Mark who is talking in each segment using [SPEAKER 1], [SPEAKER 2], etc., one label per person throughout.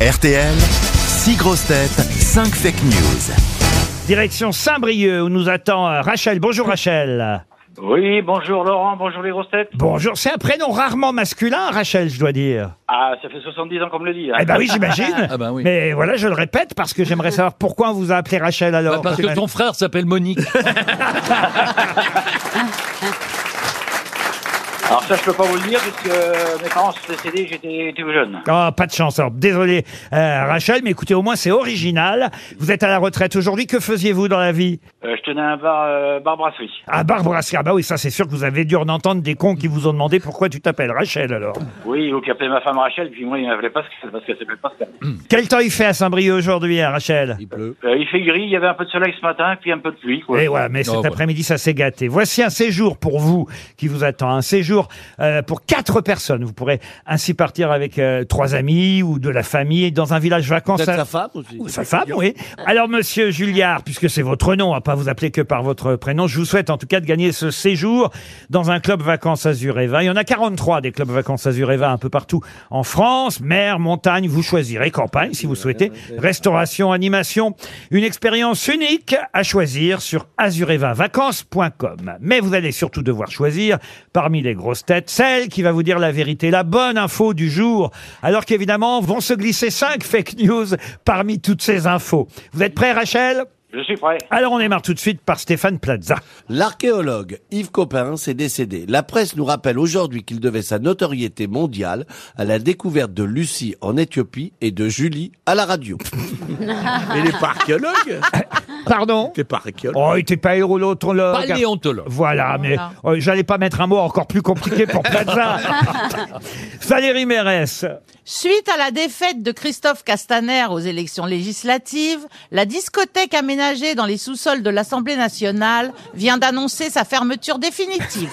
[SPEAKER 1] RTL, 6 grosses têtes, 5 fake news.
[SPEAKER 2] Direction Saint-Brieuc où nous attend euh, Rachel. Bonjour Rachel.
[SPEAKER 3] Oui, bonjour Laurent, bonjour les grosses têtes.
[SPEAKER 2] Bonjour, c'est un prénom rarement masculin, Rachel, je dois dire.
[SPEAKER 3] Ah, ça fait 70 ans qu'on me le dit. hein.
[SPEAKER 2] Eh ben oui, j'imagine. Mais voilà, je le répète parce que j'aimerais savoir pourquoi on vous a appelé Rachel alors.
[SPEAKER 4] Parce que ton frère s'appelle Monique.
[SPEAKER 2] Ah.
[SPEAKER 3] Alors ça, je peux pas vous le dire puisque euh, mes parents sont décédés, j'étais tout jeune.
[SPEAKER 2] Ah, pas de chance. Alors, désolé, euh, Rachel, mais écoutez, au moins c'est original. Vous êtes à la retraite aujourd'hui. Que faisiez-vous dans la vie
[SPEAKER 3] Euh, je tenais un bar, euh, bar brasserie.
[SPEAKER 2] Ah, Barbara Ah bah oui, ça c'est sûr que vous avez dû en entendre des cons qui vous ont demandé pourquoi tu t'appelles Rachel alors.
[SPEAKER 3] Oui, vous qui appelez ma femme Rachel, puis moi, il m'appelait pas parce qu'elle s'appelle Pascal.
[SPEAKER 2] Quel temps il fait à Saint-Brieuc aujourd'hui, hein, Rachel
[SPEAKER 3] Euh, il fait gris, il y avait un peu de soleil ce matin, puis un peu de pluie. Quoi.
[SPEAKER 2] Et voilà, mais cet
[SPEAKER 4] voilà.
[SPEAKER 2] après-midi, ça s'est gâté. Voici un séjour pour vous qui vous attend. Un séjour euh, pour quatre personnes. Vous pourrez ainsi partir avec euh, trois amis ou de la famille dans un village vacances. à-
[SPEAKER 4] femme aussi.
[SPEAKER 2] Ou sa femme, oui. Alors, monsieur Julliard, puisque c'est votre nom, à pas vous appeler que par votre prénom, je vous souhaite en tout cas de gagner ce séjour dans un club vacances Azureva. Il y en a 43 des clubs vacances Azureva un peu partout en France. Mer, montagne, vous choisirez. Campagne, si vous souhaitez. Restauration, animation. Une expérience unique à choisir sur azurevavacances.com. Mais vous allez surtout devoir choisir parmi les grosses têtes celle qui va vous dire la vérité, la bonne info du jour. Alors qu'évidemment, vont se glisser cinq fake news parmi toutes ces infos. Vous êtes prêts, Rachel
[SPEAKER 3] Je suis prêt.
[SPEAKER 2] Alors on démarre tout de suite par Stéphane Plaza.
[SPEAKER 5] L'archéologue Yves Copin s'est décédé. La presse nous rappelle aujourd'hui qu'il devait sa notoriété mondiale à la découverte de Lucie en Éthiopie et de Julie à la radio.
[SPEAKER 6] Mais il est pas archéologue
[SPEAKER 2] Pardon
[SPEAKER 6] T'es pas archéologue
[SPEAKER 2] Oh, il était pas héros l'autre là.
[SPEAKER 4] Paléontologue.
[SPEAKER 2] Voilà, mais euh, j'allais pas mettre un mot encore plus compliqué pour Plaza. Valérie Mérès.
[SPEAKER 7] Suite à la défaite de Christophe Castaner aux élections législatives, la discothèque aménagée dans les sous-sols de l'Assemblée nationale vient d'annoncer sa fermeture définitive.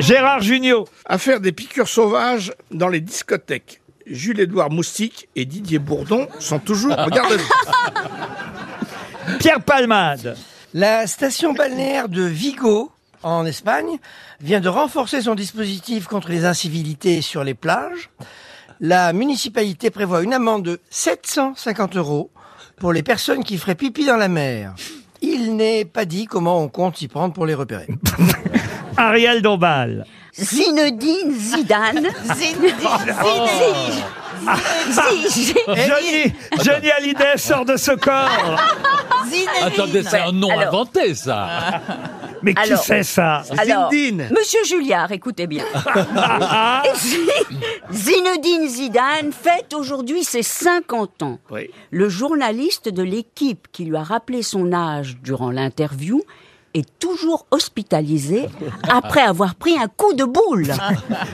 [SPEAKER 2] Gérard Junior.
[SPEAKER 6] À faire des piqûres sauvages dans les discothèques. Jules-Édouard Moustique et Didier Bourdon sont toujours en garde à vue.
[SPEAKER 2] Pierre Palmade.
[SPEAKER 8] La station balnéaire de Vigo, en Espagne, vient de renforcer son dispositif contre les incivilités sur les plages. La municipalité prévoit une amende de 750 euros pour les personnes qui feraient pipi dans la mer. Il n'est pas dit comment on compte s'y prendre pour les repérer.
[SPEAKER 2] Ariel Dombal.
[SPEAKER 9] Zinedine Zidane.
[SPEAKER 2] Johnny, Johnny Hallyday sort de ce corps.
[SPEAKER 4] Attendez, c'est un nom
[SPEAKER 9] Alors-
[SPEAKER 4] inventé, ça.
[SPEAKER 2] Mais qui
[SPEAKER 9] Alors-
[SPEAKER 2] c'est ça
[SPEAKER 9] Alors,
[SPEAKER 6] Zinedine.
[SPEAKER 9] Monsieur Julliard, écoutez bien. Et Zi- Zinedine Zidane fête aujourd'hui ses 50 ans.
[SPEAKER 6] Oui.
[SPEAKER 9] Le journaliste de l'équipe qui lui a rappelé son âge durant l'interview est toujours hospitalisé après avoir pris un coup de boule.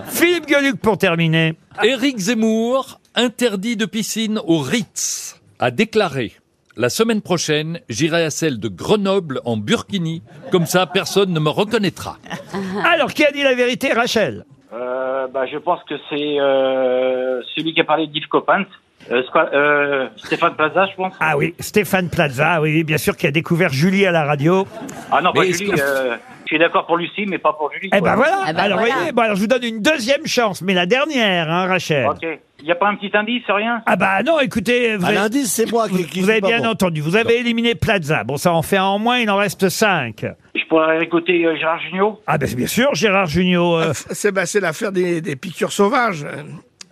[SPEAKER 2] Philippe Gueluc pour terminer.
[SPEAKER 4] Éric Zemmour, interdit de piscine au Ritz, a déclaré La semaine prochaine, j'irai à celle de Grenoble en Burkini. Comme ça, personne ne me reconnaîtra.
[SPEAKER 7] Ah.
[SPEAKER 2] Alors, qui a dit la vérité Rachel.
[SPEAKER 3] Euh, bah, je pense que c'est euh, celui qui a parlé d'Yves Copin. Euh, c'est pas- euh, Stéphane Plaza, je pense.
[SPEAKER 2] Ah oui, Stéphane Plaza, oui, bien sûr, qui a découvert Julie à la radio.
[SPEAKER 3] Ah non, pas
[SPEAKER 4] Mais est-ce
[SPEAKER 3] Julie.
[SPEAKER 4] que-
[SPEAKER 3] euh, je suis d'accord pour Lucie, mais pas pour Julie.
[SPEAKER 2] Eh
[SPEAKER 3] quoi.
[SPEAKER 2] ben voilà.
[SPEAKER 7] Ah ben
[SPEAKER 2] alors,
[SPEAKER 7] voilà.
[SPEAKER 2] voyez, bon, alors je vous donne une deuxième chance, mais la dernière, hein, Rachel.
[SPEAKER 3] Ok. Il n'y a pas un petit indice, rien
[SPEAKER 2] Ah bah non, écoutez, vous
[SPEAKER 5] À
[SPEAKER 2] avez,
[SPEAKER 5] l'indice, c'est moi qui, qui
[SPEAKER 2] vous
[SPEAKER 5] suis
[SPEAKER 2] avez
[SPEAKER 5] pas
[SPEAKER 2] bien
[SPEAKER 5] bon.
[SPEAKER 2] entendu, vous avez éliminé Plaza. Bon, ça en fait un en moins, il en reste cinq.
[SPEAKER 3] Je pourrais écouter euh, Gérard Junior.
[SPEAKER 2] Ah ben bien sûr, Gérard Junior. euh,
[SPEAKER 6] C'est bah, c'est l'affaire des, des piqûres sauvages.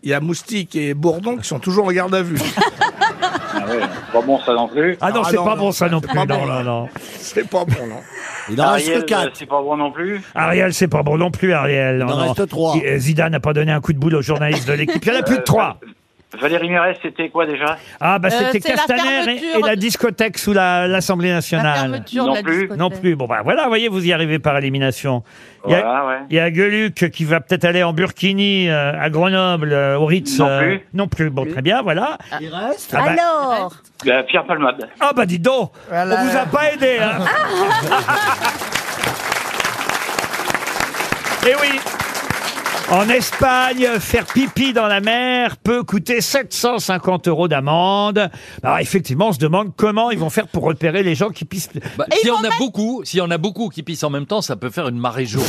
[SPEAKER 6] Il y a Moustique et Bourdon qui sont toujours en garde à vue.
[SPEAKER 3] Ah ouais, pas bon ça non plus.
[SPEAKER 2] Ah non,
[SPEAKER 6] Ah
[SPEAKER 2] c'est
[SPEAKER 6] non,
[SPEAKER 2] pas
[SPEAKER 6] non,
[SPEAKER 2] bon ça non
[SPEAKER 6] c'est
[SPEAKER 2] plus.
[SPEAKER 6] pas
[SPEAKER 2] Non,
[SPEAKER 6] bon,
[SPEAKER 2] non,
[SPEAKER 6] là.
[SPEAKER 2] non.
[SPEAKER 6] C'est pas bon, non
[SPEAKER 5] Il en reste
[SPEAKER 3] Ariel,
[SPEAKER 5] que
[SPEAKER 3] euh,
[SPEAKER 5] 4.
[SPEAKER 3] c'est pas bon non plus.
[SPEAKER 2] Ariel, c'est pas bon non plus, Ariel. Non,
[SPEAKER 5] en
[SPEAKER 2] non.
[SPEAKER 5] reste trois.
[SPEAKER 2] Qui- euh, Zidane n'a pas donné un coup de boule aux journalistes de l'équipe. Il y en a plus de trois.
[SPEAKER 3] Valérie Mérès, c'était quoi déjà
[SPEAKER 2] Ah bah
[SPEAKER 7] Euh,
[SPEAKER 2] c'était
[SPEAKER 7] c'est la
[SPEAKER 2] Castaner et- et,
[SPEAKER 7] fermeture.
[SPEAKER 2] la discothèque sous la- l'Assemblée
[SPEAKER 7] La
[SPEAKER 2] nationale.
[SPEAKER 7] fermeture de
[SPEAKER 3] Non
[SPEAKER 7] la
[SPEAKER 3] plus.
[SPEAKER 7] discothèque.
[SPEAKER 2] Non plus. Bon bah voilà, voyez, vous y arrivez par élimination. Il y a-
[SPEAKER 3] Voilà, ouais.
[SPEAKER 2] Il y a Gueluc qui va peut-être aller en Burkini, euh, à Grenoble, euh, au Ritz.
[SPEAKER 3] Non
[SPEAKER 2] euh,
[SPEAKER 3] plus.
[SPEAKER 2] non plus. Bon, très bien, voilà.
[SPEAKER 5] Il reste
[SPEAKER 2] Ah bah,
[SPEAKER 9] Alors,
[SPEAKER 3] Euh, Pierre Palmade.
[SPEAKER 2] ah bah dis donc,
[SPEAKER 8] Voilà.
[SPEAKER 2] on vous a pas aidé. hein. Eh oui en Espagne, faire pipi dans la mer peut coûter 750 euros d'amende. Alors effectivement, on se demande comment ils vont faire pour repérer les gens qui pissent.
[SPEAKER 4] Bah, S'il y en a beaucoup, s'il y en a beaucoup qui pissent en même temps, ça peut faire une marée jaune.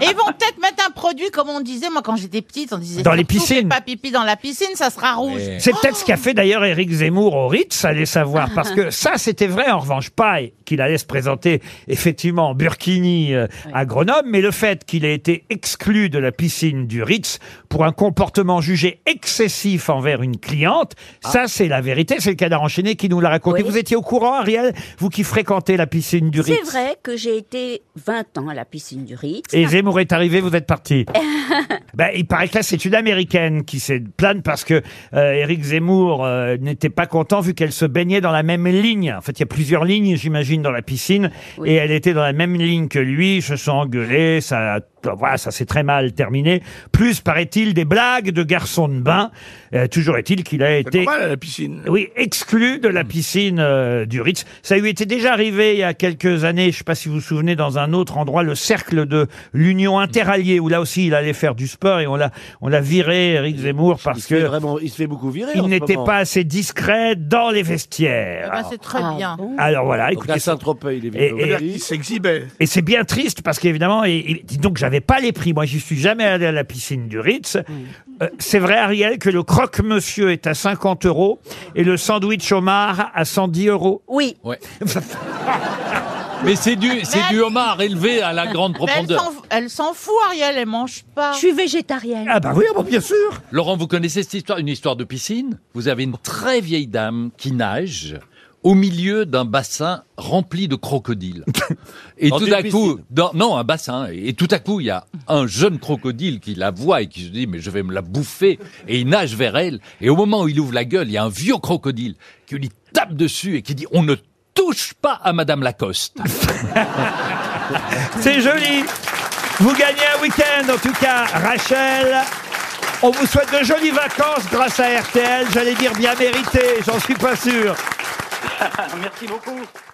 [SPEAKER 7] Et ils vont peut-être mettre un produit, comme on disait, moi quand j'étais petite, on disait
[SPEAKER 2] Dans les
[SPEAKER 7] surtout, fais
[SPEAKER 2] piscines.
[SPEAKER 7] pas pipi dans la piscine, ça sera rouge.
[SPEAKER 2] C'est peut-être ce qu'a fait d'ailleurs Éric Zemmour au Ritz, allez savoir, parce que ça, c'était vrai. En revanche, pas qu'il allait se présenter effectivement en Burkini euh, à Grenoble, mais le fait qu'il ait été exclu de la piscine du Ritz pour un comportement jugé excessif envers une cliente, ça, c'est la vérité. C'est le cadavre enchaîné qui nous l'a raconté.
[SPEAKER 9] Ah. Oui.
[SPEAKER 2] Vous étiez au courant, Ariel, vous qui fréquentez la piscine du Ritz.
[SPEAKER 9] C'est vrai que j'ai été 20 ans à la piscine du Ritz.
[SPEAKER 2] Et Zemmour est arrivé, vous êtes parti. Ben, il paraît que là, c'est une américaine qui s'est plainte parce que euh, Eric Zemmour euh, n'était pas content vu qu'elle se baignait dans la même ligne. En fait, il y a plusieurs lignes, j'imagine, dans la piscine.
[SPEAKER 9] Oui.
[SPEAKER 2] Et elle était dans la même ligne que lui. Ils se sont engueulés. Ça, voilà, ça s'est très mal terminé. Plus, paraît-il, des blagues de garçons de bain. Euh, toujours est-il qu'il a
[SPEAKER 6] C'est
[SPEAKER 2] été
[SPEAKER 6] normal à la piscine.
[SPEAKER 2] oui, exclu de la
[SPEAKER 5] Hmm.
[SPEAKER 2] piscine euh, du Ritz. Ça lui était déjà arrivé il y a quelques années, je ne sais pas si vous vous souvenez, dans un autre endroit, le cercle de l'Union Interalliée, où là aussi il allait faire du sport et on l'a, on l'a viré, Eric Zemmour,
[SPEAKER 5] il,
[SPEAKER 2] parce
[SPEAKER 5] se fait
[SPEAKER 2] que
[SPEAKER 5] vraiment, il se fait beaucoup virer.
[SPEAKER 2] il
[SPEAKER 5] en ce
[SPEAKER 2] n'était
[SPEAKER 5] moment.
[SPEAKER 2] pas assez discret dans les
[SPEAKER 7] Eh
[SPEAKER 2] vestiaires.
[SPEAKER 7] ben, c'est très
[SPEAKER 9] Ah
[SPEAKER 7] bien.
[SPEAKER 9] bon
[SPEAKER 2] Alors voilà,
[SPEAKER 5] Donc à
[SPEAKER 2] écoutez,
[SPEAKER 5] Saint-Tropez, il est
[SPEAKER 2] Et-
[SPEAKER 5] venu.
[SPEAKER 2] et-
[SPEAKER 5] au
[SPEAKER 6] C'est-à-dire
[SPEAKER 5] Ritz.
[SPEAKER 6] qu'il s'exhibait.
[SPEAKER 2] et c'est bien triste parce qu'évidemment, et, et- dis donc j'avais pas les prix. Moi, j'y suis jamais allé à la piscine du
[SPEAKER 5] Hmm.
[SPEAKER 2] Ritz. Euh, c'est vrai, Ariel, que le croque-monsieur est à 50 euros et le sandwich au homard à 110 euros.
[SPEAKER 9] Oui,
[SPEAKER 4] Ouais. Mais c'est du, c'est du homard élevé à la grande
[SPEAKER 7] Mais elle
[SPEAKER 4] profondeur.
[SPEAKER 7] s'en- elle s'en fout, Ariel, elle mange pas.
[SPEAKER 9] je suis végétarienne.
[SPEAKER 2] Ah bah oui, ah bah bien sûr.
[SPEAKER 4] Laurent, vous connaissez cette histoire, une histoire de piscine Vous avez une très vieille dame qui nage au milieu d'un bassin rempli de crocodiles. Et
[SPEAKER 5] Dans
[SPEAKER 4] tout
[SPEAKER 5] une
[SPEAKER 4] à coup,
[SPEAKER 5] piscine.
[SPEAKER 4] dans- non, un bassin. hein. Et tout à coup, il y a un jeune crocodile qui la voit et qui se dit, mais je vais me la bouffer. Et il nage vers elle. Et au moment où il ouvre la gueule, il y a un vieux crocodile qui lui tape dessus et qui dit, on ne touche pas à Madame Lacoste.
[SPEAKER 2] C'est joli. Vous gagnez un week-end, en tout cas, Rachel. On vous souhaite de jolies vacances grâce à RTL. J'allais dire bien méritées, j'en suis pas sûr.
[SPEAKER 3] Merci beaucoup.